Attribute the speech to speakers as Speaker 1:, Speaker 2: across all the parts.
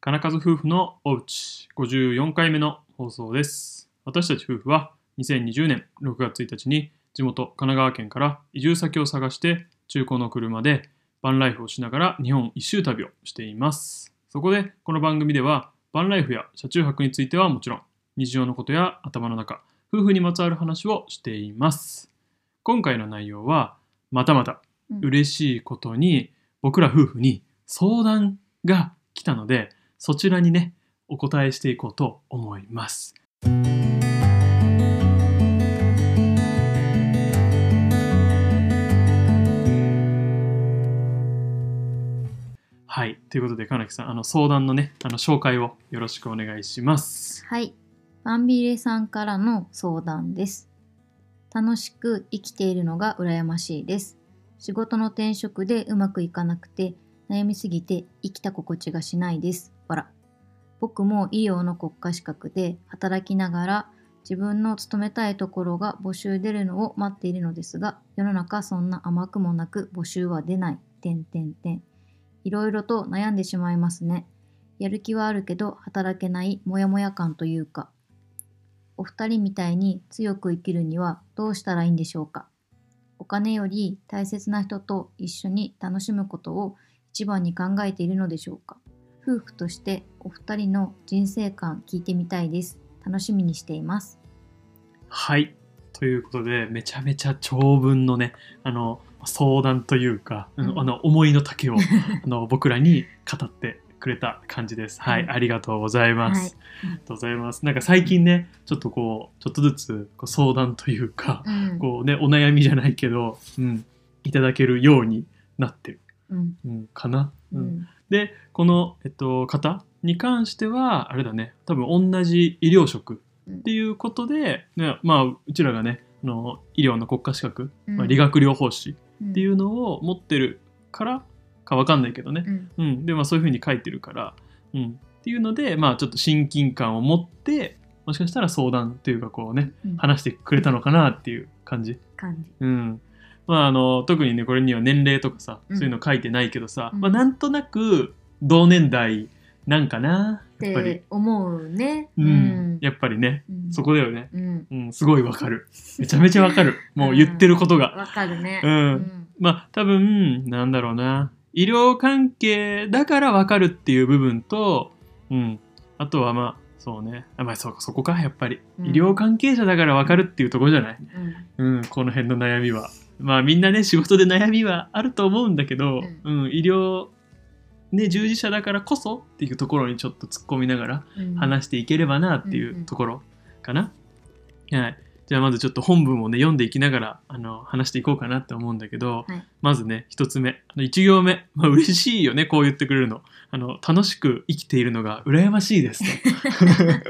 Speaker 1: 金数夫婦のおうち54回目の放送です私たち夫婦は2020年6月1日に地元神奈川県から移住先を探して中古の車でバンライフをしながら日本一周旅をしていますそこでこの番組ではバンライフや車中泊についてはもちろん日常のことや頭の中夫婦にまつわる話をしています今回の内容はまたまた
Speaker 2: うん
Speaker 1: 嬉しいことに僕ら夫婦に相談が来たのでそちらにねお答えしていこうと思いますはいということで金木さんあの相談のねあの紹介をよろしくお願いします
Speaker 2: はい。バンビレさんからの相談です。楽しく生きているのが羨ましいです。仕事の転職でうまくいかなくて、悩みすぎて生きた心地がしないです。わら。僕も医療の国家資格で働きながら自分の勤めたいところが募集出るのを待っているのですが、世の中そんな甘くもなく募集は出ない。点点点。いろいろと悩んでしまいますね。やる気はあるけど働けないモヤモヤ感というかお二人みたいに強く生きるにはどうしたらいいんでしょうかお金より大切な人と一緒に楽しむことを一番に考えているのでしょうか夫婦としてお二人の人生観聞いてみたいです楽しみにしています
Speaker 1: はいということでめちゃめちゃ長文のねあの相談というか、あの
Speaker 2: うん
Speaker 1: あの思いの丈 をあの僕らに語ってくれた感じですはい、
Speaker 2: うん
Speaker 1: ありがとうございます、
Speaker 2: はい
Speaker 1: ありがとうございますなんか最近ねちょっとこうちょっとずつこう相談というか
Speaker 2: うん
Speaker 1: こうねお悩みじゃないけど、うん、いただけるようになってる、
Speaker 2: うん
Speaker 1: うん、かな、
Speaker 2: う
Speaker 1: うん
Speaker 2: ん
Speaker 1: でこの、えっと、方に関してはあれだね多分同じ医療職っていうことで、ねまあ、うちらがねあの医療の国家資格、まあ、理学療法士
Speaker 2: っ
Speaker 1: っていうのを持ってるからかわかんないけどね、
Speaker 2: うん
Speaker 1: うん、で、まあ、そういうふうに書いてるから、うん、っていうので、まあ、ちょっと親近感を持ってもしかしたら相談というかこうね
Speaker 2: うん
Speaker 1: 話してくれたのかなっていう感じ。
Speaker 2: 感じ
Speaker 1: うんまあ、あの特にねこれには年齢とかさ、
Speaker 2: うん
Speaker 1: そういうの書いてないけどさ、
Speaker 2: うん
Speaker 1: まあ、なんとなく同年代なんかなやっぱ
Speaker 2: っ
Speaker 1: り
Speaker 2: て、思うね
Speaker 1: うんやっぱりね
Speaker 2: うん
Speaker 1: そこだよね、
Speaker 2: うん
Speaker 1: うん、すごいわかるめちゃめちゃわかるもう言ってることが、
Speaker 2: わかるね
Speaker 1: うん
Speaker 2: うん
Speaker 1: まあ多分なんだろうな医療関係だからわかるっていう部分と、うん、あとはまあそうねあまあそうかそこかやっぱり、
Speaker 2: うん
Speaker 1: 医療関係者だからわかるっていうところじゃない
Speaker 2: うん
Speaker 1: うん、この辺の悩みは。まあみんなね仕事で悩みはあると思うんだけど、うん医療、ね、従事者だからこそっていうところにちょっと突っ込みながら話していければなってい
Speaker 2: んう
Speaker 1: うんところかな。はい、じゃあまずちょっと本文をね読んでいきながらあの話していこうかなって思うんだけど、
Speaker 2: はい
Speaker 1: まずね一つ目あの一行目、まあ、嬉しいよねこう言ってくれるのあの楽しく生きているのが羨ましいですと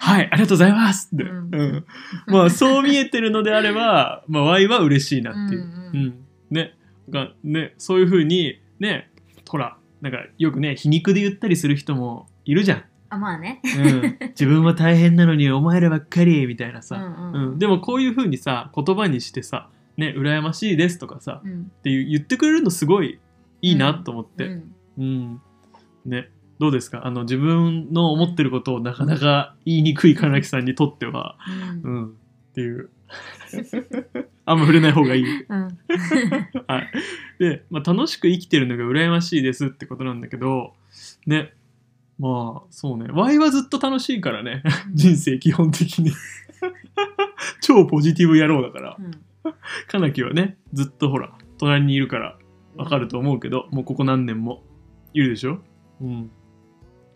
Speaker 1: はいありがとうございますって、
Speaker 2: うん
Speaker 1: うんまあそう見えてるのであれば、まあ、Y は嬉しいなっていう。
Speaker 2: ん
Speaker 1: うんん、ねがねそういうふうにねほらなんかよくね皮肉で言ったりする人もいるじゃん、
Speaker 2: あまあね。
Speaker 1: うん、自分は大変なのにお前らばっかりみたいなさ、
Speaker 2: ん
Speaker 1: うんでもこういうふうにさ言葉にしてさ「ね羨ましいです」とかさ
Speaker 2: うん
Speaker 1: っていう言ってくれるのすごいいいなと思っ
Speaker 2: う
Speaker 1: て、
Speaker 2: ん
Speaker 1: うんねどうですかあの自分の思ってることをなかなか言いにくい金木さんにとっては、
Speaker 2: う
Speaker 1: うんん、っていう あんま触れない方がいい。
Speaker 2: うん
Speaker 1: はい、で、まあ、楽しく生きてるのが羨ましいですってことなんだけどねまあそうね Y はずっと楽しいからね 人生基本的に 超ポジティブ野郎だから
Speaker 2: うん
Speaker 1: かなきはねずっとほら隣にいるからわかると思うけどもうここ何年もいるでしょうん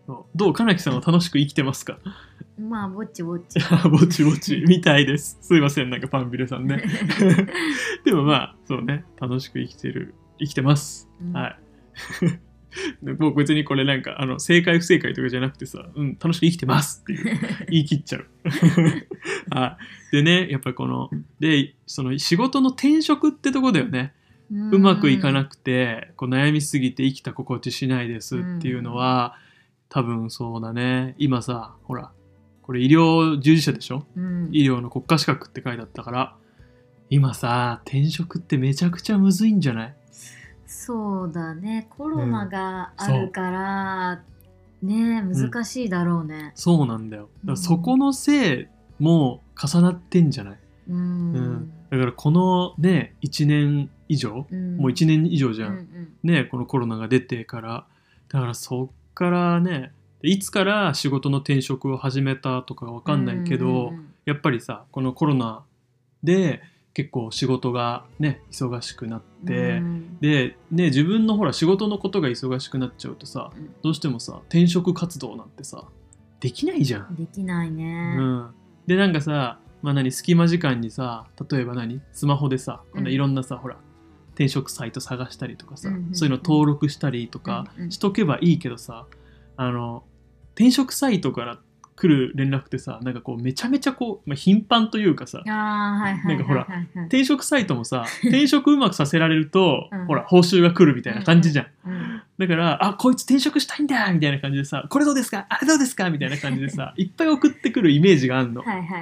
Speaker 1: そうどうかなきさんは楽しく生きてますか
Speaker 2: まあぼちぼち。
Speaker 1: ぼちぼちみたいですすいませんなんかパンビレさんね でもまあそうね楽しく生きてる生きてます
Speaker 2: うん
Speaker 1: はい。 でもう別にこれなんかあの正解不正解とかじゃなくてさ、うん、楽しく生きてますっていう言い切っちゃう。 はい、でねやっぱりこのでその仕事の転職ってとこだよね、うまくいかなくてこう悩みすぎて生きた心地しないですっていうのは、多分そうだね今さほらこれ医療従事者でしょ
Speaker 2: うん
Speaker 1: 医療の国家資格って書いてあったから今さ転職ってめちゃくちゃむずいんじゃない
Speaker 2: そうだね。コロナがあるからねえ難しいだろうね。
Speaker 1: そうなんだよだから
Speaker 2: うん
Speaker 1: そこのせいも重なってんじゃない
Speaker 2: うん。
Speaker 1: うんだからこのね1年以上、
Speaker 2: うん
Speaker 1: もう1年以上じ
Speaker 2: じ
Speaker 1: ゃ、
Speaker 2: うんん
Speaker 1: ねこのコロナが出てからだからそっからねいつから仕事の転職を始めたとかわかんないけど、
Speaker 2: うんうん
Speaker 1: やっぱりさこのコロナで結構仕事がね忙しくなって、
Speaker 2: うん
Speaker 1: で、ね、自分のほら仕事のことが忙しくなっちゃうとさ
Speaker 2: うん
Speaker 1: どうしてもさ転職活動なんてさできないじゃん。
Speaker 2: できないうね。
Speaker 1: ん、でなんかさ、まあ、何隙間時間にさ例えば何スマホでさこんないろんなさ、ほら転職サイト探したりとかさ、
Speaker 2: うんうんうん
Speaker 1: そういうの登録したりとか
Speaker 2: うんうん
Speaker 1: しとけばいいけどさ、あの転職サイトから来る連絡ってさなんかこうめちゃめちゃこう、まあ、頻繁というかさ
Speaker 2: ああはいはいはいはいは
Speaker 1: な
Speaker 2: い。
Speaker 1: んかほら
Speaker 2: うん
Speaker 1: 転職サイトもさ転職うまくさせられると、
Speaker 2: うん
Speaker 1: ほら報酬が来るみたいな感じじゃん、
Speaker 2: うん
Speaker 1: だからあこいつ転職したいんだみたいな感じでさこれどうですかあれどうですかみたいな感じで さいっぱい送ってくるイメージがあるの、
Speaker 2: はいはいはい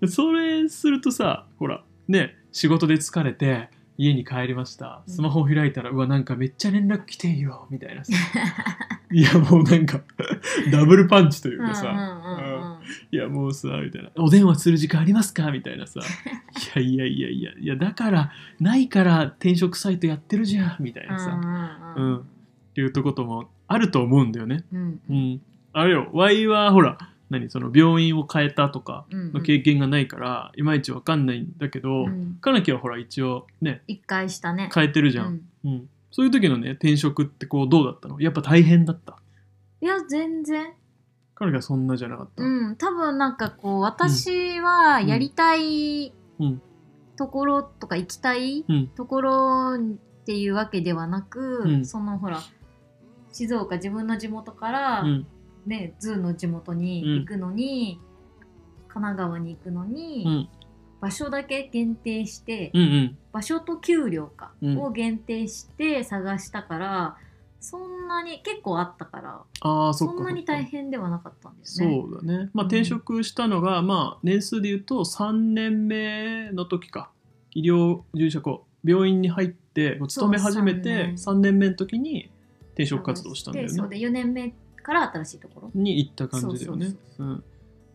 Speaker 2: はい。
Speaker 1: それするとさほらね仕事で疲れて家に帰りましたスマホを開いたら、うわなんかめっちゃ連絡来てんよみたいなさ いやもうなんか ダブルパンチというかさ、
Speaker 2: うんうんうんうん
Speaker 1: いやもうさみたいな「お電話する時間ありますか?」みたいな さ「いやいやいやいやいやだからないから転職サイトやってるじゃん」みたいなさ
Speaker 2: うんうん
Speaker 1: っていうとこともあると思うんだよね。
Speaker 2: うん
Speaker 1: うん、あれよ Y はほら何その病院を変えたとか
Speaker 2: うん
Speaker 1: の経験がないからいまいちわかんないんだけど、
Speaker 2: うん
Speaker 1: かなきはほら一応ね
Speaker 2: 一回したね。
Speaker 1: 変えてるじゃ、
Speaker 2: うんん
Speaker 1: うんそういう時のね転職ってこうどうだったのやっぱ大変だった。
Speaker 2: いや全然。
Speaker 1: かなきはそんなじゃなかった。
Speaker 2: うん多分なんかこう私はやりたい
Speaker 1: うん
Speaker 2: ところとか行きたい
Speaker 1: うん
Speaker 2: ところっていうわけではなく、
Speaker 1: うん
Speaker 2: そのほら静岡自分の地元から、
Speaker 1: うん
Speaker 2: ね、ズーの地元に行くのに、神奈川に行くのに、
Speaker 1: うん
Speaker 2: 場所だけ限定して、
Speaker 1: うんうん
Speaker 2: 場所と給料か、
Speaker 1: うん
Speaker 2: を限定して探したからそんなに結構あったから
Speaker 1: ああそっ
Speaker 2: そ
Speaker 1: か
Speaker 2: んなに
Speaker 1: そっか
Speaker 2: 大変ではなかったんだよね。
Speaker 1: そうだね、まあ、
Speaker 2: うん
Speaker 1: 転職したのが、まあ、年数でいうと3年目の時か医療従事者こう病院に入ってこう勤め始め
Speaker 2: そう
Speaker 1: て3
Speaker 2: 三
Speaker 1: 年目の時に転職活動したんだよ
Speaker 2: でそう
Speaker 1: ね
Speaker 2: で4年目から新しいところ。
Speaker 1: に行った感じだよね
Speaker 2: そう
Speaker 1: うん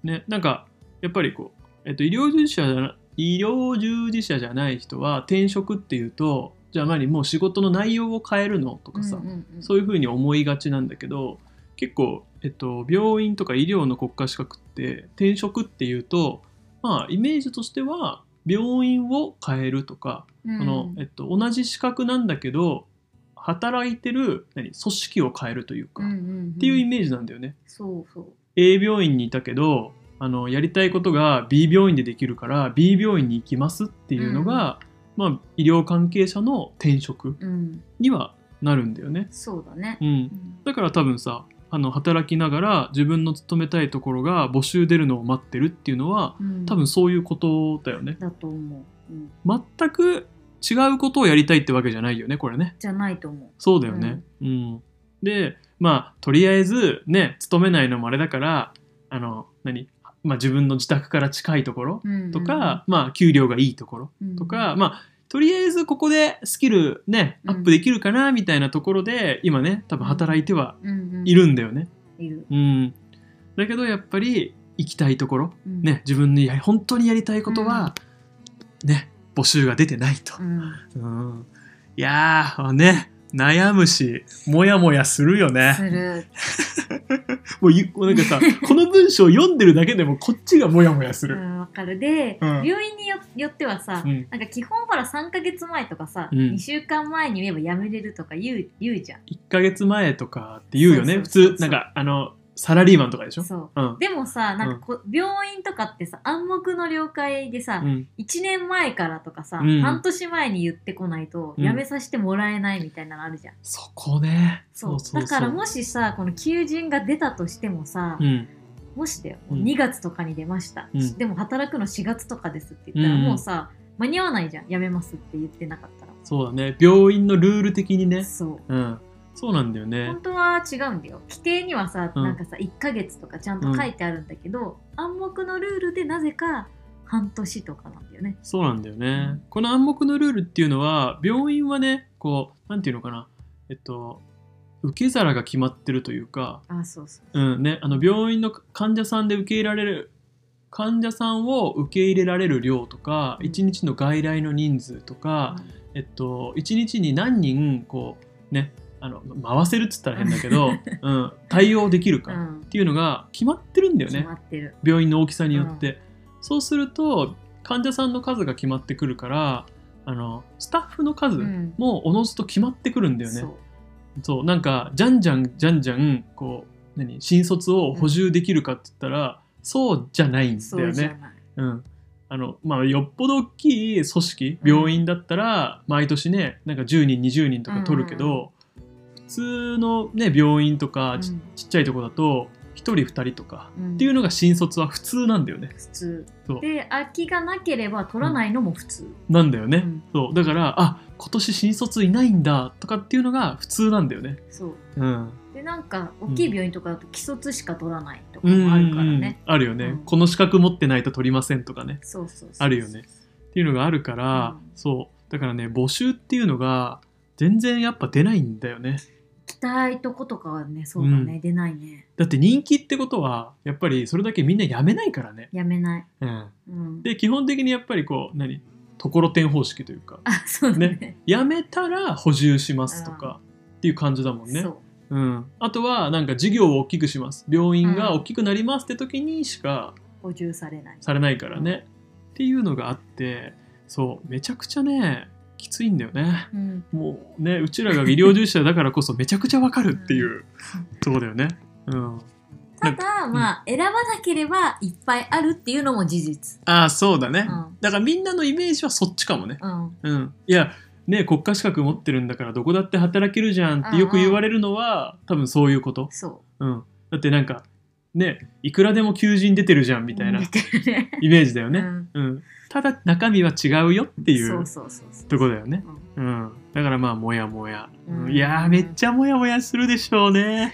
Speaker 1: ねなんかやっぱりこう、えっと、医療従事者じゃな医療従事者じゃない人は転職っていうとじゃあ何もう仕事の内容を変えるのとかさ、
Speaker 2: うんうんうん
Speaker 1: そういうふうに思いがちなんだけど結構、えっと、病院とか医療の国家資格って転職っていうとまあイメージとしては病院を変えるとか、
Speaker 2: うん
Speaker 1: そのえっと、同じ資格なんだけど働いてる何組織を変えるというか、
Speaker 2: うん
Speaker 1: っ
Speaker 2: うんうん
Speaker 1: ていうイメージなんだよね。
Speaker 2: そうそう。
Speaker 1: A 病院にいたけどあのやりたいことが B 病院でできるから B 病院に行きますっていうのが、まあ、医療関係者の転職
Speaker 2: うん、
Speaker 1: にはなるんだよね。
Speaker 2: そうだね。
Speaker 1: うん、だから多分さあの働きながら自分の勤めたいところが募集出るのを待ってるっていうのは
Speaker 2: うん
Speaker 1: 多分そういうことだよね
Speaker 2: だと思う、うん。
Speaker 1: 全く違うことをやりたいってわけじゃないよねこれね
Speaker 2: じゃないと思
Speaker 1: そうだよねうん、でまあとりあえずね勤めないのもあれだからあの何、まあ、自分の自宅から近いところ
Speaker 2: う。うん
Speaker 1: とか、まあ給料がいいところ
Speaker 2: うん
Speaker 1: とか、、まあとりあえずここでスキルねアップできるかなみたいなところで、今ね多分働いては
Speaker 2: うんうんうん
Speaker 1: いるんだよね。
Speaker 2: いる、
Speaker 1: うん、だけどやっぱり行きたいところ、
Speaker 2: うん
Speaker 1: ね、、自分のや本当にやりたいことは、ね、募集が出てないと
Speaker 2: う。ん、
Speaker 1: うん、いやーね悩むしモヤモヤするよ
Speaker 2: す
Speaker 1: ね。
Speaker 2: る
Speaker 1: もうゆもうなんか さこの文章読んでるだけでもこっちがモヤモヤす
Speaker 2: う
Speaker 1: る。
Speaker 2: んわかるで、
Speaker 1: うん
Speaker 2: 病院によよってはさ、
Speaker 1: うん、
Speaker 2: なんか基本ほら3か月前とかさ、
Speaker 1: うん
Speaker 2: 2週間前に言えばやめれるとか言う言うじゃん
Speaker 1: 1ヶ月前とかって言うよね
Speaker 2: そうそうそうそう
Speaker 1: 普通なんかあのサラリーマンとかでしょ。
Speaker 2: そう
Speaker 1: うん
Speaker 2: でもさなんかこ、病院とかってさ暗黙の了解でさ、
Speaker 1: うん
Speaker 2: 1年前からとかさ、
Speaker 1: うん
Speaker 2: 半年前に言ってこないと
Speaker 1: うん
Speaker 2: やめさせてもらえないみたいなのあるじゃん、
Speaker 1: そこね。
Speaker 2: そうだからもしさこの求人が出たとしてもさ、
Speaker 1: うん、
Speaker 2: もしだよ
Speaker 1: うん
Speaker 2: 2月とかに出ました、
Speaker 1: うん
Speaker 2: でも働くの4月とかですって言ったら、
Speaker 1: うん
Speaker 2: もうさ間に合わないじゃんやめますって言ってなかったら、
Speaker 1: そうだね病院のルール的にね、
Speaker 2: そう
Speaker 1: うん、そうなんだよね
Speaker 2: 本。当は違うんだよ規定にはさ、
Speaker 1: うん
Speaker 2: なんかさ1ヶ月とかちゃんと書いてあるんだけど、暗黙のルールでなぜか半年とかなんだよね
Speaker 1: そうなんだよね。この暗黙のルールっていうのは、病院はね、こう、なんていうのかな、えっと、受け皿が決まってるというか、
Speaker 2: あそうそう
Speaker 1: うんね、あの病院の患者さんで受け入れられる患者さんを受け入れられる量とか、
Speaker 2: うん
Speaker 1: 1日の外来の人数とか、えっと、1日に何人こう、ね、あの回せるっつったら変だけ ど、うん、対応できるか、
Speaker 2: う
Speaker 1: っ
Speaker 2: ん、
Speaker 1: ていうのが決まってるんだよ
Speaker 2: 決
Speaker 1: ね
Speaker 2: まってる、
Speaker 1: 病院の大きさによって、そうすると患者さんの数が決まってくるからあのスタッフの数
Speaker 2: うん
Speaker 1: もおのずと決まってくるんだよね。
Speaker 2: そう
Speaker 1: そうなんかじゃんじゃんじゃんじゃんこう何新卒を補充できるかって言ったら、そうじゃないん
Speaker 2: そ
Speaker 1: だよ
Speaker 2: うじゃ
Speaker 1: ね。
Speaker 2: ない、
Speaker 1: うんあのまあ、よっぽど大きい組織
Speaker 2: うん
Speaker 1: 病院だったら毎年ねなんか10人20人とか取るけ
Speaker 2: うん
Speaker 1: ど、普通の、ね、病院とかち,、
Speaker 2: うん
Speaker 1: ちっちゃいとこだと1人2人とか
Speaker 2: うん
Speaker 1: っていうのが新卒は普通なんだよね。
Speaker 2: 普通
Speaker 1: そう
Speaker 2: で空きがなければ取らないのも普通、
Speaker 1: なんだよね、
Speaker 2: うん
Speaker 1: そうだからあ今年新卒いないんだとかっていうのが普通なんだよね。
Speaker 2: そう
Speaker 1: うん
Speaker 2: でなんか大きい病院とかだと既卒しか取らないとかもあるからね、
Speaker 1: うんあるよね、
Speaker 2: うん
Speaker 1: この資格持ってないと取りませんとかね
Speaker 2: そうそうそう
Speaker 1: あるよねっていうのがあるから、
Speaker 2: うん
Speaker 1: そうだからね募集っていうのが全然やっぱ出ないんだよね
Speaker 2: 期待とことかはねそうだね、出ないね
Speaker 1: だって人気ってことはやっぱりそれだけみんな辞めないからね、
Speaker 2: やめない、
Speaker 1: うん、
Speaker 2: うん、
Speaker 1: で基本的にやっぱりこう何ところてん方式というか
Speaker 2: あそうだね
Speaker 1: 辞めたら補充しますとかっていう感じだもんね
Speaker 2: そう
Speaker 1: うん、あとはなんか事業を大きくします病院が大きくなりますって時にしか、
Speaker 2: 補充されない
Speaker 1: されないからね、っていうのがあってそうめちゃくちゃねきついんだよね
Speaker 2: うん
Speaker 1: もうねうちらが医療従事者だからこそ めちゃくちゃわかるっていうとこだよねうん
Speaker 2: ただまあ、選ばなければいっぱいあるっていうのも事実
Speaker 1: ああそうだね、
Speaker 2: うん
Speaker 1: だからみんなのイメージはそっちかもね
Speaker 2: うん
Speaker 1: うんいやね国家資格持ってるんだからどこだって働けるじゃんってよく言われるのは多分そういうこと、
Speaker 2: そ
Speaker 1: うん、だってなんかねいくらでも求人出てるじゃん
Speaker 2: う
Speaker 1: みたいな
Speaker 2: 出てるね
Speaker 1: イメージだよ
Speaker 2: う
Speaker 1: ね、
Speaker 2: ん、
Speaker 1: うん、ただ中身は違うよってい
Speaker 2: そううそうそうそう
Speaker 1: とこだよね
Speaker 2: うん
Speaker 1: うん、だからまあもやもや、
Speaker 2: うん
Speaker 1: いやーめっちゃもやもやするでしょうね、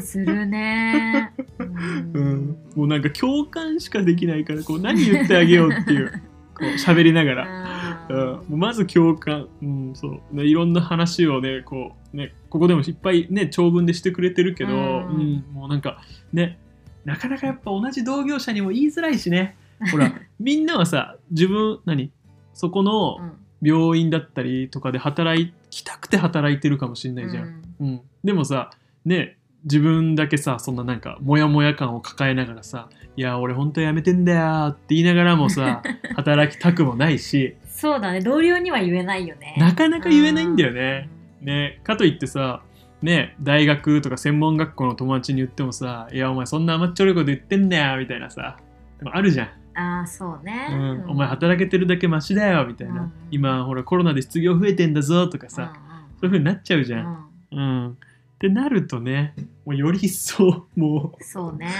Speaker 2: するねー。う
Speaker 1: うん、もうなんか共感しかできないからこう何言ってあげようって いうこう喋りながら、うん、
Speaker 2: うん
Speaker 1: もうまず共感、うん、そうねいろんな話をねこうねここでもいっぱいね長文でしてくれてるけど、
Speaker 2: う
Speaker 1: うんんもうなんかねなかなかやっぱ同じ同業者にも言いづらいしねほ らみんなはさ自分何そこの
Speaker 2: うん
Speaker 1: 病院だったりとかで働きたくて働いてるかもしんないじゃんうん、でもさね自分だけさそんななんかモヤモヤ感を抱えながらさ「いや俺本当やめてんだよ」って言いながらも さ働きたくもないし
Speaker 2: そうだね同僚には言えないよね
Speaker 1: なかなか言えないんだよね。ねかといってさね大学とか専門学校の友達に言ってもさ「いやお前そんな甘っちょろいこと言ってんだよ」みたいなさでもあるじゃん、
Speaker 2: うんああそうね、
Speaker 1: うんお前働けてるだけマシだよ」みたいな、
Speaker 2: うん
Speaker 1: 今ほらコロナで失業増えてんだぞ」とかさ、そういう風になっちゃうじ
Speaker 2: うん
Speaker 1: ゃ
Speaker 2: うんん
Speaker 1: うん。ってなるとね、もうより一層、も
Speaker 2: そうね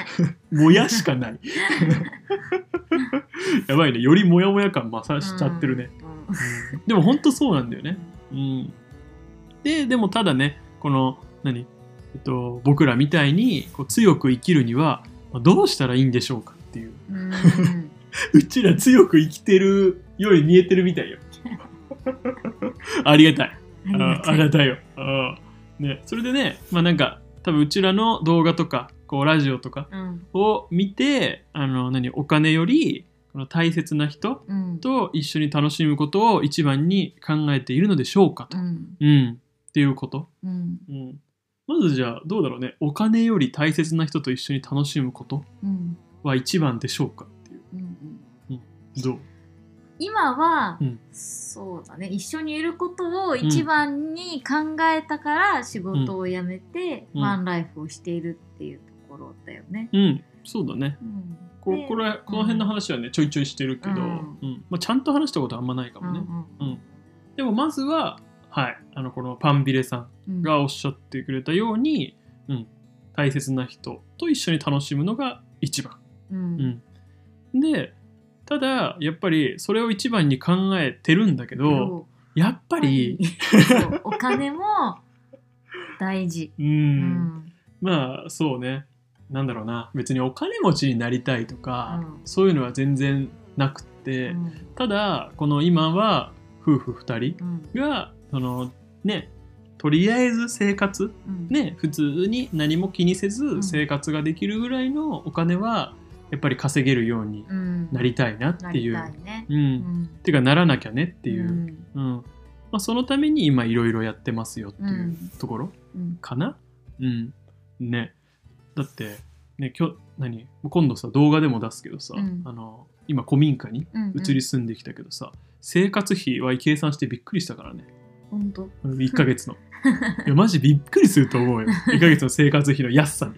Speaker 1: う、もやしかない。やばいね、よりもやもや感増さしちゃってるね。、
Speaker 2: うん
Speaker 1: うんでも本当そうなんだよね。うん。で、でもただね、この、何えっと、僕らみたいにこう強く生きるには、まあどうしたらいいんでしょうかっていう。
Speaker 2: うん
Speaker 1: うちら強く生きてるように見えてるみたいよ。ありがたい。
Speaker 2: ありが
Speaker 1: あ
Speaker 2: と
Speaker 1: あ
Speaker 2: う
Speaker 1: れだよ。あね、それでね、まあなんか、多分うちらの動画とか、こうラジオとか
Speaker 2: うん
Speaker 1: を見て、あの、何、お金より、この大切な人
Speaker 2: うん
Speaker 1: と一緒に楽しむことを一番に考えているのでしょうか
Speaker 2: う
Speaker 1: と。
Speaker 2: ん
Speaker 1: うん。っていうこと。
Speaker 2: うん
Speaker 1: うん。まずじゃあ、どうだろうね。お金より大切な人と一緒に楽しむこと
Speaker 2: うん
Speaker 1: は一番でしょうかっていう。
Speaker 2: うんうん
Speaker 1: どう
Speaker 2: 今は、
Speaker 1: うん
Speaker 2: そうだね一緒にいることを一番に考えたから仕事を辞めて、
Speaker 1: うん
Speaker 2: ワンライフをしているっていうところだよね。
Speaker 1: うん。そうだね。
Speaker 2: うん
Speaker 1: こ
Speaker 2: で
Speaker 1: これこの辺の話はね、ちょいちょいしてるけど、
Speaker 2: う
Speaker 1: うんんまあ、ちゃんと話したことはあんまないかもね。
Speaker 2: うん
Speaker 1: でもまずは、はい、あのこのパンビレさ
Speaker 2: うん
Speaker 1: んがおっしゃってくれたように、うん、大切な人と一緒に楽しむのが一番。
Speaker 2: うん
Speaker 1: うん、でただやっぱりそれを一番に考えてるんだけ
Speaker 2: けど
Speaker 1: どやっぱり、
Speaker 2: そうお金も大事。
Speaker 1: うん
Speaker 2: うん
Speaker 1: まあそうねなんだろうな別にお金持ちになりたいとか、
Speaker 2: うん
Speaker 1: そういうのは全然なくって、
Speaker 2: うん
Speaker 1: ただこの今は夫婦2人
Speaker 2: うん
Speaker 1: がそのねとりあえず生活
Speaker 2: うん
Speaker 1: ね普通に何も気にせず
Speaker 2: ん
Speaker 1: 生活ができるぐらいのお金はやっぱり稼げるように
Speaker 2: うん、
Speaker 1: なりたいなっ
Speaker 2: な
Speaker 1: て
Speaker 2: り
Speaker 1: いう、
Speaker 2: たいね。
Speaker 1: う、
Speaker 2: うんん、っ
Speaker 1: っていうかならなきゃねっていう、うん
Speaker 2: ん
Speaker 1: まあ、そのために今いろいろやってますよっていうところ
Speaker 2: うん
Speaker 1: かな、うんねだって、ね、今日何今度さ動画でも出すけどさ、
Speaker 2: うん
Speaker 1: あの今古民家に
Speaker 2: うん、
Speaker 1: 移り住んできたけどさ、生活費は計算してびっくりしたからね
Speaker 2: 本当
Speaker 1: 1ヶ月のいやマジびっくりすると思うよ1ヶ月の生活費の安さに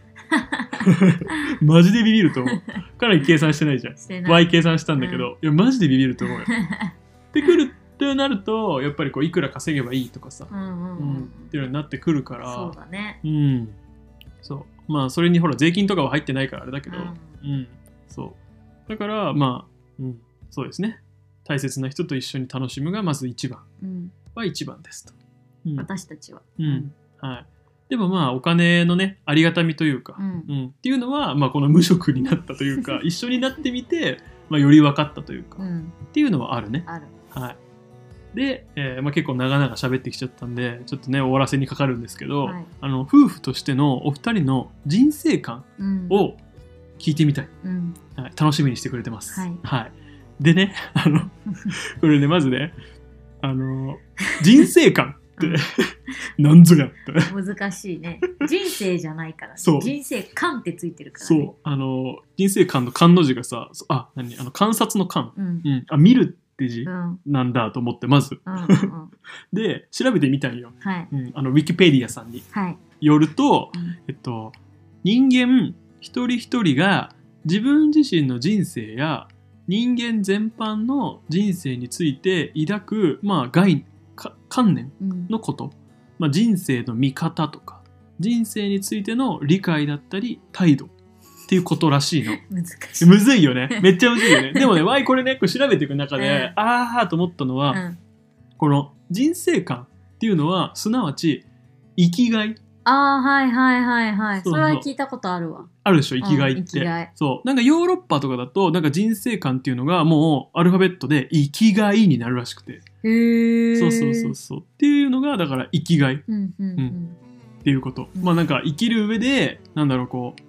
Speaker 1: マジでビビると思うかなり計算してないじゃん
Speaker 2: してない。
Speaker 1: Y 計算したんだけど、いやマジでビビると 思うよってくるってなるとやっぱりこういくら稼げばいいとかさ、
Speaker 2: うんうん
Speaker 1: う
Speaker 2: うんん
Speaker 1: っていうのになってくるから
Speaker 2: そうだね。
Speaker 1: うん。そう。まあ、それにほら、税金とかは入ってないからあれだけど、
Speaker 2: うん
Speaker 1: うん、そう。だから、まあ、うん、そうですね。大切な人と一緒に楽しむが、まず一番
Speaker 2: うん、
Speaker 1: は一番ですと。うん。
Speaker 2: 私たちは。
Speaker 1: うんはい。でもまあ、お金のね、ありがたみというか
Speaker 2: う、ん
Speaker 1: うん、っていうのは、まあ、この無職になったという か、一緒になってみて、まあ、より分かったというか、
Speaker 2: う
Speaker 1: っ
Speaker 2: ん、
Speaker 1: ていうのはあるね。
Speaker 2: ある。
Speaker 1: はい。で、えーまあ、結構長々喋ってきちゃったんで、ちょっとね、終わらせにかかるんですけど、
Speaker 2: はい
Speaker 1: あの夫婦としてのお二人の人生観
Speaker 2: うん、
Speaker 1: を聞いてみたい。
Speaker 2: うん、
Speaker 1: はい、楽しみにしてくれてます。
Speaker 2: はい
Speaker 1: でね、あの、これね、まずね、あの、人生観って、 なんぞやって。
Speaker 2: 難しいね。人生じゃないから。
Speaker 1: そう
Speaker 2: 人生観ってついてるから、
Speaker 1: そ
Speaker 2: ね。
Speaker 1: う、あの、人生観の観の字がさ、そあ、何あの、観察の観。
Speaker 2: うん。
Speaker 1: うん、あ、見るって字
Speaker 2: うん。うん。
Speaker 1: なんだと思って、まず。
Speaker 2: うん。うん。
Speaker 1: で、調べてみたんよ。
Speaker 2: はい。
Speaker 1: うん、あの、ウィキペディアさんに。
Speaker 2: はい。
Speaker 1: よると、
Speaker 2: うん
Speaker 1: えっと、人間一人一人が自分自身の人生や人間全般の人生について抱く、まあ、概か観念
Speaker 2: うん。
Speaker 1: のこと、まあ、人生の見方とか人生についての理解だったり態度っていうことらしいの。
Speaker 2: 難し い。
Speaker 1: むずいよ ね。めっちゃむずいよね。でもね、Y これね、こう調べていく中で、
Speaker 2: う
Speaker 1: あーと思ったのは、
Speaker 2: うん、
Speaker 1: この人生観っていうのは、すなわち生きがい
Speaker 2: ああ、はいはいはいはい。
Speaker 1: そうそう
Speaker 2: それは聞いたことあるわ。
Speaker 1: あるでしょ生きがいって、
Speaker 2: うん生きがい
Speaker 1: そうなんかヨーロッパとかだとなんか人生観っていうのがもうアルファベットで生きがいになるらしくて、
Speaker 2: へえ。
Speaker 1: そうそうそう。そうっていうのがだから生きがいっ
Speaker 2: うんうんう。
Speaker 1: うんていうこと、
Speaker 2: うん
Speaker 1: まあなんか生きる上でなんだろうこう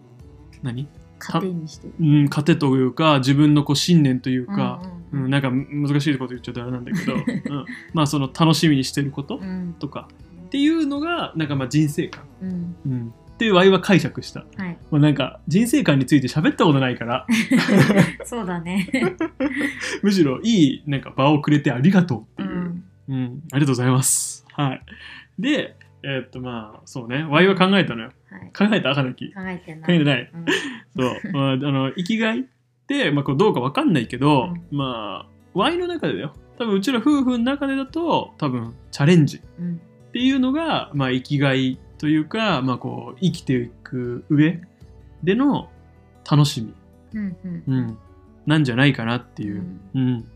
Speaker 1: 何
Speaker 2: 糧にしてる。
Speaker 1: うん糧というか自分のこう信念というか、うん
Speaker 2: うんうん
Speaker 1: なんか難しいこと言っちゃうとあれなんだけど、うん、まあその楽しみにしてること
Speaker 2: うん
Speaker 1: とかっていうのがなんかまあ人生観、
Speaker 2: うん。
Speaker 1: うん、ってワイは解釈した、
Speaker 2: はい。
Speaker 1: まあ、なんか人生観について喋ったことないから
Speaker 2: そうだね。
Speaker 1: むしろいいなんか場をくれてありがとうって
Speaker 2: う
Speaker 1: いう、うん
Speaker 2: ん。
Speaker 1: ありがとうございます。はい、で、えーっとまあそうね、ワイは考えたのよ。
Speaker 2: はい。
Speaker 1: 考えた、赤なき。
Speaker 2: 考えてな
Speaker 1: 考え
Speaker 2: い。
Speaker 1: てない。
Speaker 2: うん
Speaker 1: そう、まあ、あの生きがいって、まあ、こうどうかわかんないけど、
Speaker 2: う
Speaker 1: まあ、ワイの中でだよ。多分うちら夫婦の中でだと、多分チャレンジっ
Speaker 2: うん。
Speaker 1: ていうのが、まあ、生きがいというか、まあ、こう生きていく上での楽しみ、
Speaker 2: うんうん。
Speaker 1: うん、なんじゃないかなっていう。
Speaker 2: うん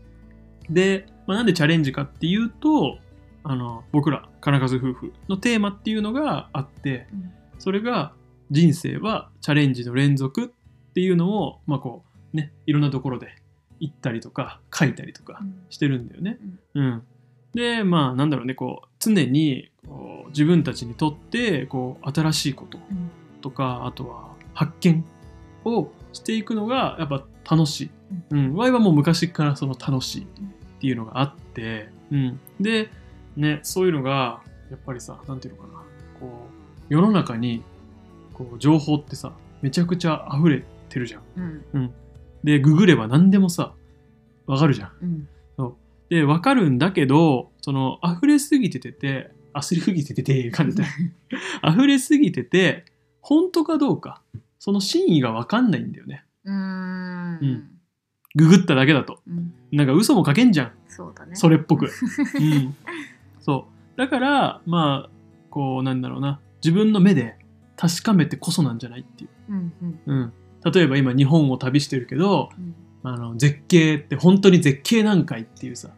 Speaker 1: うん、で、まあ、なんでチャレンジかっていうとあの僕ら金数夫婦のテーマっていうのがあって
Speaker 2: うん
Speaker 1: それが「人生はチャレンジの連続」っていうのを、まあこうね、いろんなところで言ったりとか書いたりとか
Speaker 2: うん
Speaker 1: してるんだよね。うん、でまあなんだろうねこう常にこう自分たちにとってこう新しいこと
Speaker 2: うん
Speaker 1: とかあとは発見をしていくのがやっぱ楽しい。うん、Y はもう昔からその楽しいっていうのがあって、うん、で、ね、そういうのがやっぱりさなんていうのかなこう世の中にこう情報ってさめちゃくちゃ溢れてるじゃん。
Speaker 2: うん
Speaker 1: でググれば何でもさわかるじゃん。
Speaker 2: うん
Speaker 1: でわかるんだけどその溢れすぎててて溢れすぎててて感じた溢れすぎてて本当かどうかその真意がわかんないんだよね
Speaker 2: うーん
Speaker 1: うんググっただけだと
Speaker 2: うん
Speaker 1: なんか嘘も書けんじゃん
Speaker 2: そうだね
Speaker 1: それっぽく、うん、そうだからまあこうなんだろうな自分の目で確かめてこそなんじゃないっていう、
Speaker 2: うんう
Speaker 1: う
Speaker 2: ん
Speaker 1: ん、例えば今日本を旅してるけど
Speaker 2: うん
Speaker 1: あの絶景って本当に絶景なんかいっていうさ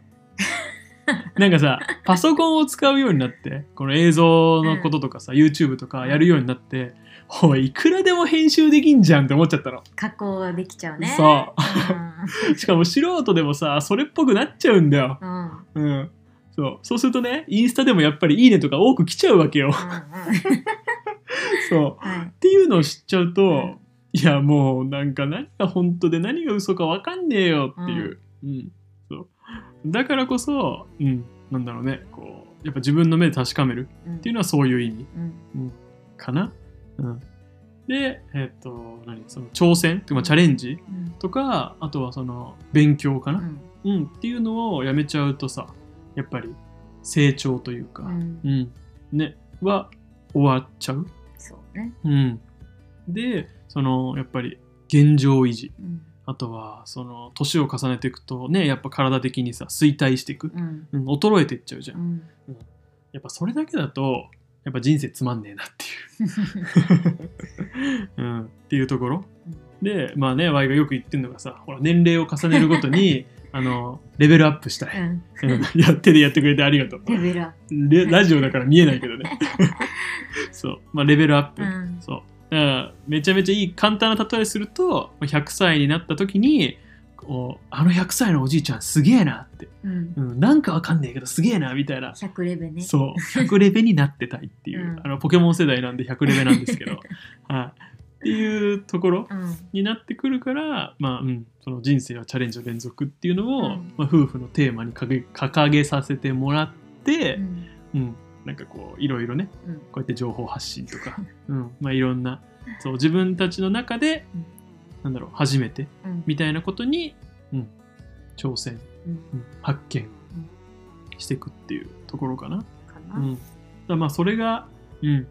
Speaker 1: なんかさパソコンを使うようになってこの映像のこととかさ、YouTube とかやるようになっておいいくらでも編集できんじゃんって思っちゃったの、
Speaker 2: 加工ができちゃうね
Speaker 1: そうしかも素人でもさそれっぽくなっちゃうんだよ、
Speaker 2: うんうん
Speaker 1: うん、そうそうするとねインスタでもやっぱり「いいね」とか多く来ちゃうわけよそう
Speaker 2: はい
Speaker 1: っていうのを知っちゃうと、
Speaker 2: うん
Speaker 1: いやもうなんか何が本当で何が嘘か分かんねえよっていう、うんそうだからこそ、うん、なんだろうねこうやっぱ自分の目で確かめる
Speaker 2: うん
Speaker 1: っていうのはそういう意味
Speaker 2: うん
Speaker 1: かな、うん、でえっと何その挑戦とかまあチャレンジ
Speaker 2: うん
Speaker 1: とかあとはその勉強か
Speaker 2: う
Speaker 1: な、
Speaker 2: ん
Speaker 1: うんっていうのをやめちゃうとさやっぱり成長というか、
Speaker 2: うん
Speaker 1: うんねは終わっちゃう
Speaker 2: そうね
Speaker 1: うん、でそのやっぱり現状維持
Speaker 2: うん
Speaker 1: あとはその年を重ねていくとねやっぱ体的にさ衰退していく、
Speaker 2: うん
Speaker 1: うん、衰えていっちゃうじゃん、
Speaker 2: うん
Speaker 1: やっぱそれだけだとやっぱ人生つまんねえなって いう、うん、っていうところでまあね Y がよく言ってるのがさほら年齢を重ねるごと にあのレベルアップしたい、うんやってでやってくれてあり がとう
Speaker 2: レベルアッ
Speaker 1: レラジオだから見えないけど ねそうまあレベルアップ、
Speaker 2: プうん
Speaker 1: そうだからめちゃめちゃいい簡単な例えすると100歳になった時にこうあの100歳のおじいちゃんすげえなって、
Speaker 2: うん
Speaker 1: うん、なんかわかんねえけどすげえなみたいな、
Speaker 2: 100レベね
Speaker 1: そう100レベになってたいっていう、
Speaker 2: うん
Speaker 1: あのポケモン世代なんで100レベなんですけど、 はい、っていうところ
Speaker 2: うん
Speaker 1: になってくるから、まあうん、その人生はチャレンジの連続っていうのを、
Speaker 2: うん
Speaker 1: まあ、夫婦のテーマに掲げ掲げさせてもらって
Speaker 2: う、ん
Speaker 1: うんなんかこういろいろね
Speaker 2: うん
Speaker 1: こうやって情報発信とか、うんまあ、いろんなそう自分たちの中で、
Speaker 2: うん
Speaker 1: なんだろう初めて
Speaker 2: うん
Speaker 1: みたいなことに、うん、挑戦、
Speaker 2: うん
Speaker 1: うん発見していくっていうところかな。
Speaker 2: か
Speaker 1: う、
Speaker 2: なん
Speaker 1: だからまあそれが、うん、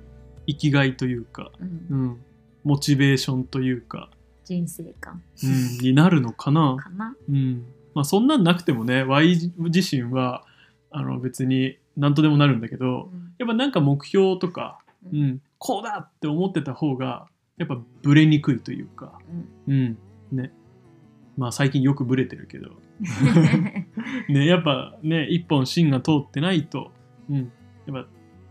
Speaker 1: 生きがいというか、
Speaker 2: うん
Speaker 1: うん、モチベーションというか、
Speaker 2: 人生観
Speaker 1: うん、になるのかな。
Speaker 2: かな
Speaker 1: うんまあ、そんなんなくてもね Y 自身はあの別に何とでもなるんだけど、
Speaker 2: うん
Speaker 1: やっぱなんか目標とか、う
Speaker 2: うん
Speaker 1: ん、こうだって思ってた方がやっぱブレにくいというか、うんね、まあ最近よくブレてるけど、 ね、やっぱね一本芯が通ってないと、うん、やっぱ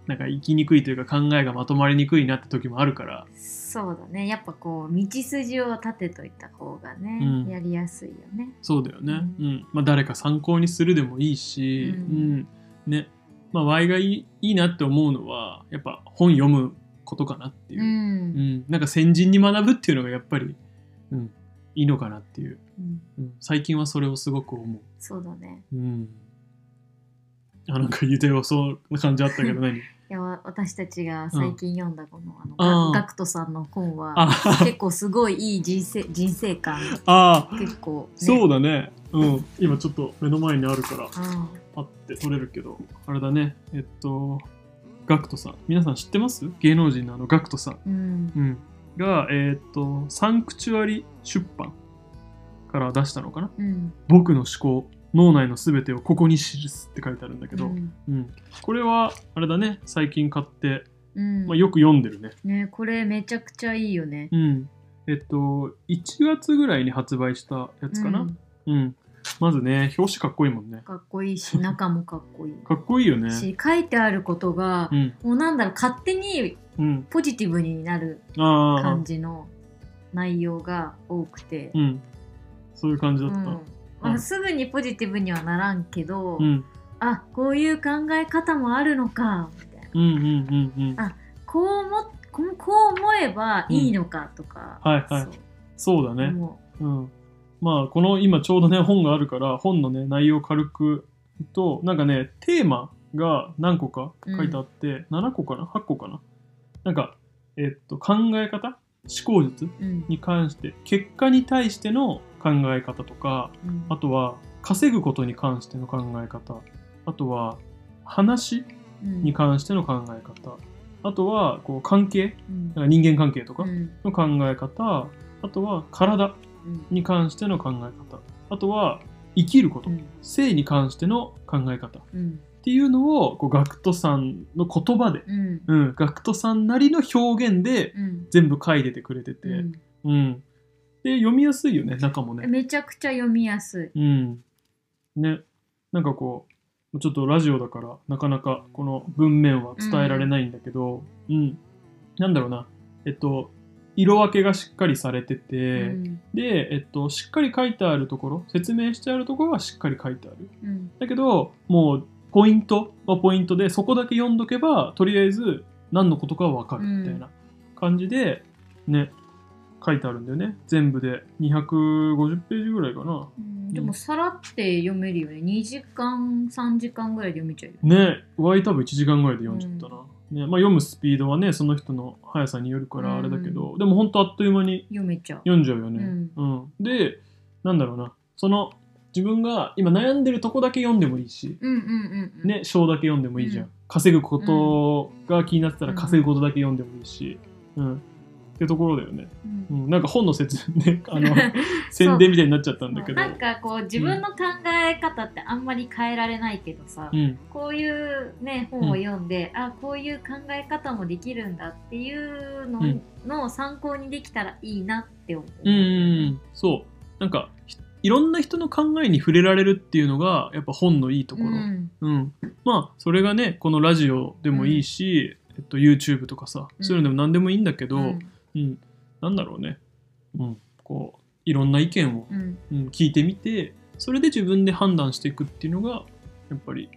Speaker 1: なんか生きにくいというか考えがまとまりにくいなって時もあるから、
Speaker 2: そうだねやっぱこう道筋を立てといた方がね、
Speaker 1: うん
Speaker 2: やりやすいよね
Speaker 1: そうだよね、う
Speaker 2: うん
Speaker 1: まあ、誰か参考にするでもいいし、う
Speaker 2: うん
Speaker 1: ねまあ、Y がいいいいなって思うのはやっぱ本読むことかなっていう、
Speaker 2: う
Speaker 1: うん
Speaker 2: ん、
Speaker 1: なんか先人に学ぶっていうのがやっぱり、うん、いいのかなっていう、
Speaker 2: うん
Speaker 1: うん、最近はそれをすごく思
Speaker 2: そうだね
Speaker 1: う、うん、あなんか言うてよそうな感じあったけど何
Speaker 2: いやわ私たちが最近読んだこの,、あ
Speaker 1: あー
Speaker 2: のガクトさんの本は
Speaker 1: あ
Speaker 2: 結構すごいいい人生人生観
Speaker 1: あー
Speaker 2: 結構、ね、
Speaker 1: そう
Speaker 2: う
Speaker 1: だね、うん、今ちょっと目の前にあるから
Speaker 2: あ
Speaker 1: パッて取れるけどあれだねえっとガクトさん皆さん知ってます芸能人のあのガクトさん、
Speaker 2: うん
Speaker 1: うん、がえっとサンクチュアリ出版から出したのかな
Speaker 2: うん
Speaker 1: 「僕の思考脳内のすべてをここに記す」って書いてあるんだけど、
Speaker 2: う
Speaker 1: うん
Speaker 2: ん
Speaker 1: これはあれだね最近買って、
Speaker 2: うん
Speaker 1: まあ、よく読んでるね
Speaker 2: ねこれめちゃくちゃいいよね
Speaker 1: うんえっと1月ぐらいに発売したやつかな、う
Speaker 2: うんん
Speaker 1: まずね表紙かっこいいもんね
Speaker 2: かっこいいし中もかっこいい
Speaker 1: かっこいいよね
Speaker 2: し書いてあることが、
Speaker 1: うん
Speaker 2: もうなんだろう勝手に
Speaker 1: うん
Speaker 2: ポジティブになる
Speaker 1: ああ
Speaker 2: 感じの内容が多くて、
Speaker 1: うん。そういう感じだ
Speaker 2: う
Speaker 1: った。
Speaker 2: ん
Speaker 1: う
Speaker 2: ま
Speaker 1: ん
Speaker 2: あ、すぐにポジティブにはならんけど、
Speaker 1: うん。
Speaker 2: あこういう考え方もあるのかみたいな
Speaker 1: うんうんうんうん。
Speaker 2: あこう思っこうこう思えばいいのかとか、
Speaker 1: うんはいはい
Speaker 2: そう
Speaker 1: そうだね。
Speaker 2: も
Speaker 1: うん。まあ、この今ちょうどね、本があるから、本のね、内容を軽くと、なんかね、テーマが何個か書いてあって、7個かな ?8 個かななんか、えっと、考え方思考術
Speaker 2: う、うん
Speaker 1: に関して、結果に対しての考え方とか、
Speaker 2: うん
Speaker 1: あとは、稼ぐことに関しての考え方、あとは、話
Speaker 2: うん
Speaker 1: に関しての考え方、あとは、こう、関係
Speaker 2: うん
Speaker 1: なんか人間関係とか
Speaker 2: うん
Speaker 1: の考え方、あとは体
Speaker 2: うん
Speaker 1: に関しての考え方、あとは生きること、
Speaker 2: うん
Speaker 1: 性に関しての考え方っ
Speaker 2: うん
Speaker 1: ていうのをこうガクトさんの言葉で、
Speaker 2: うん
Speaker 1: うん、ガクトさんなりの表現で
Speaker 2: うん
Speaker 1: 全部書いててくれてて、うんで読みやすいよね中も
Speaker 2: う
Speaker 1: ね
Speaker 2: ん、。めちゃくちゃ読みやす
Speaker 1: う
Speaker 2: い
Speaker 1: ん、ねなんかこうちょっとラジオだからなかなかこの文面は伝えられないんだけど、うんなんだろうなえっと色分けがしっかりされてて、
Speaker 2: うん
Speaker 1: で、えっと、しっかり書いてあるところ説明してあるところはしっかり書いてある
Speaker 2: うん
Speaker 1: だけどもうポイントはポイントでそこだけ読んどけばとりあえず何のことかは分かるみたいな感じでね書いてあるんだよね全部で250ページぐらいかな
Speaker 2: うんでもさらって読めるよね2時間3時間ぐらいで読めちゃうよ
Speaker 1: ねワイ多分1時間ぐらいで読んじゃったな、ねまあ、読むスピードはねその人の速さによるからあれだけど、でもほんとあっという間に
Speaker 2: 読めちゃう
Speaker 1: 読んじゃうよね、
Speaker 2: う
Speaker 1: うんでなんだろうなその自分が今悩んでるとこだけ読んでもいいし、
Speaker 2: うんうんうんうん
Speaker 1: ね、章だけ読んでもいいじゃん、
Speaker 2: うん
Speaker 1: 稼ぐことが気になってたら
Speaker 2: うん
Speaker 1: 稼ぐことだけ読んでもいいし、うん、ってところだよね、
Speaker 2: うん
Speaker 1: うん、なんか本の説 明、あの宣伝みたいになっちゃったんだけど
Speaker 2: なんかこう自分の考え方ってあんまり変えられないけどさ、
Speaker 1: うん
Speaker 2: こういうね本を読んで、あこういう考え方もできるんだっていうの
Speaker 1: うん
Speaker 2: の参考にできたらいいなって思う。
Speaker 1: うんうんうんそうなんかひいろんな人の考えに触れられるっていうのがやっぱ本のいいところ、
Speaker 2: う
Speaker 1: うん
Speaker 2: ん
Speaker 1: まあそれがねこのラジオでもいいし、えっと、YouTube とかさ
Speaker 2: うん
Speaker 1: そういうのでも何でもいいんだけど、
Speaker 2: う
Speaker 1: うん
Speaker 2: ん
Speaker 1: なんだろうね、うん、こういろんな意見を、
Speaker 2: うん
Speaker 1: うん、聞いてみてそれで自分で判断していくっていうのがやっぱり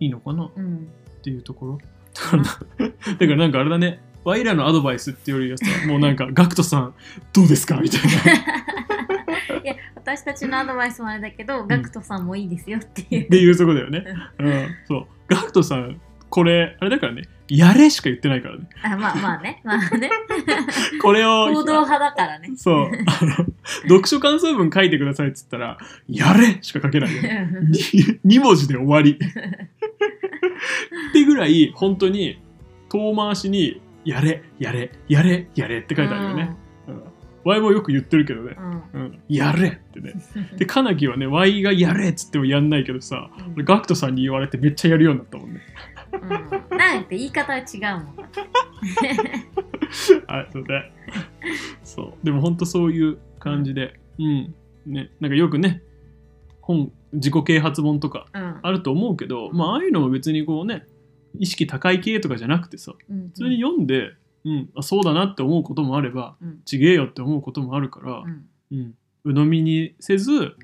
Speaker 1: いいのかなっ
Speaker 2: うん
Speaker 1: ていうとこ ろだからなだからなんかあれだねワイらのアドバイスっていうよりはさもうなんか GACKT さんどうですかみたいな。
Speaker 2: いや私たちのアドバイスもあれだけど、ガクトさんもいいですよっていう
Speaker 1: っ。ていうとこだよね。うん、そう。ガクトさん、これ、あれだからね、やれしか言ってないからね。
Speaker 2: あまあまあね、まあね、
Speaker 1: これを、
Speaker 2: 行動派だからね。
Speaker 1: そう、あの、読書感想文書いてくださいっつったら、やれしか書けないよね。
Speaker 2: う
Speaker 1: 2文字で終わり。ってぐらい、本当に、遠回しに、やれ、やれ、やれ、やれって書いてあるよね。うん。ワイもよく言ってるけどね。
Speaker 2: ん。う
Speaker 1: う
Speaker 2: ん
Speaker 1: ん。やれってね。で、カナキはね、ワイがやれっつってもやんないけどさ、俺ガクトさんに言われてめっちゃやるようになったもんね。
Speaker 2: うんなんて言い方は違うもん。
Speaker 1: あそうだそうでも本当そういう感じでうんねなんかよくね本自己啓発本とか
Speaker 2: うん
Speaker 1: あると思うけどまあああいうのも別にこうね意識高い系とかじゃなくてさ
Speaker 2: うん
Speaker 1: 普通に読んで、うんあそうだなって思うこともあれば
Speaker 2: うん
Speaker 1: ちげえよって思うこともあるから
Speaker 2: う、
Speaker 1: う
Speaker 2: ん
Speaker 1: ん、鵜呑みにせず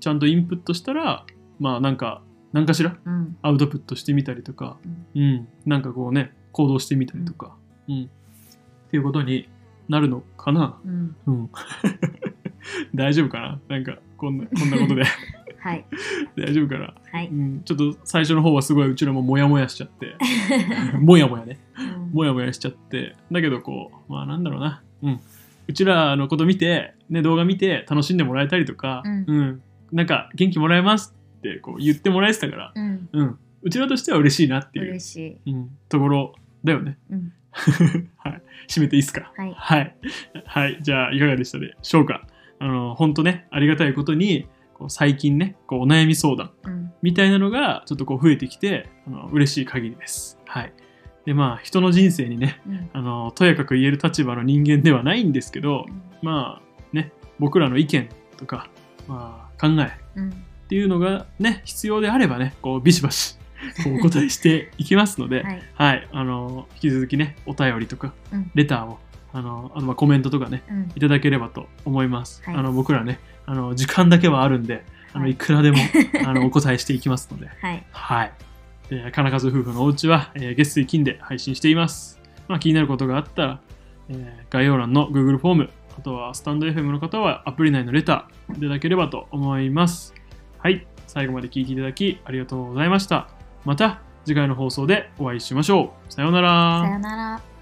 Speaker 1: ちゃんとインプットしたらまあなんか何かしら
Speaker 2: うん
Speaker 1: アウトプットしてみたりとか、うんなんかこうね行動してみたりとか、うんっていうことになるのかな、
Speaker 2: うん
Speaker 1: うん 大丈夫かななんかこんなこんなことで
Speaker 2: はい
Speaker 1: 大丈夫かな、
Speaker 2: は
Speaker 1: う
Speaker 2: い。
Speaker 1: ん、ちょっと最初の方はすごいうちらもモヤモヤしちゃって モヤモヤね
Speaker 2: うん
Speaker 1: モヤモヤしちゃってだけどこうまあなんだろうな、うん、うちらのこと見て、ね、動画見て楽しんでもらえたりとか、
Speaker 2: うん
Speaker 1: うんなんか元気もらえますってこう言ってもらえてたから
Speaker 2: うん
Speaker 1: うん、うちらとしては嬉しいなっていう、
Speaker 2: 嬉しい。
Speaker 1: うん、ところだよね。
Speaker 2: うん
Speaker 1: はい、締めていいですか。
Speaker 2: はい。
Speaker 1: はい、はい、じゃあいかがでしたでしょうか。あの本当ねありがたいことにこう最近ねこうお悩み相談
Speaker 2: うん
Speaker 1: みたいなのがちょっとこう増えてきてあの嬉しい限りです。はい、でまあ人の人生にね
Speaker 2: うん
Speaker 1: あのとやかく言える立場の人間ではないんですけどまあね僕らの意見とか、まあ、考え
Speaker 2: うん
Speaker 1: っていうのがね必要であればねこうビシバシこう お答えしていきますので、はい
Speaker 2: はい
Speaker 1: あの引き続きねお便りとか、
Speaker 2: うん
Speaker 1: レターをあのあとまあコメントとかね
Speaker 2: うん
Speaker 1: いただければと思います、
Speaker 2: はい
Speaker 1: あの僕らねあの時間だけはあるんであの
Speaker 2: はい
Speaker 1: いくら でもあのお答えしていきますので
Speaker 2: はい
Speaker 1: はいで金数夫婦のお家は、えー月水金で配信しています、まあ、気になることがあったら、えー概要欄の Google フォームあとはスタンド FM の方はアプリ内のレターいただければと思いますはい最後まで聞いていただきありがとうございましたまた次回の放送でお会いしましょうさようなら
Speaker 2: さよなら。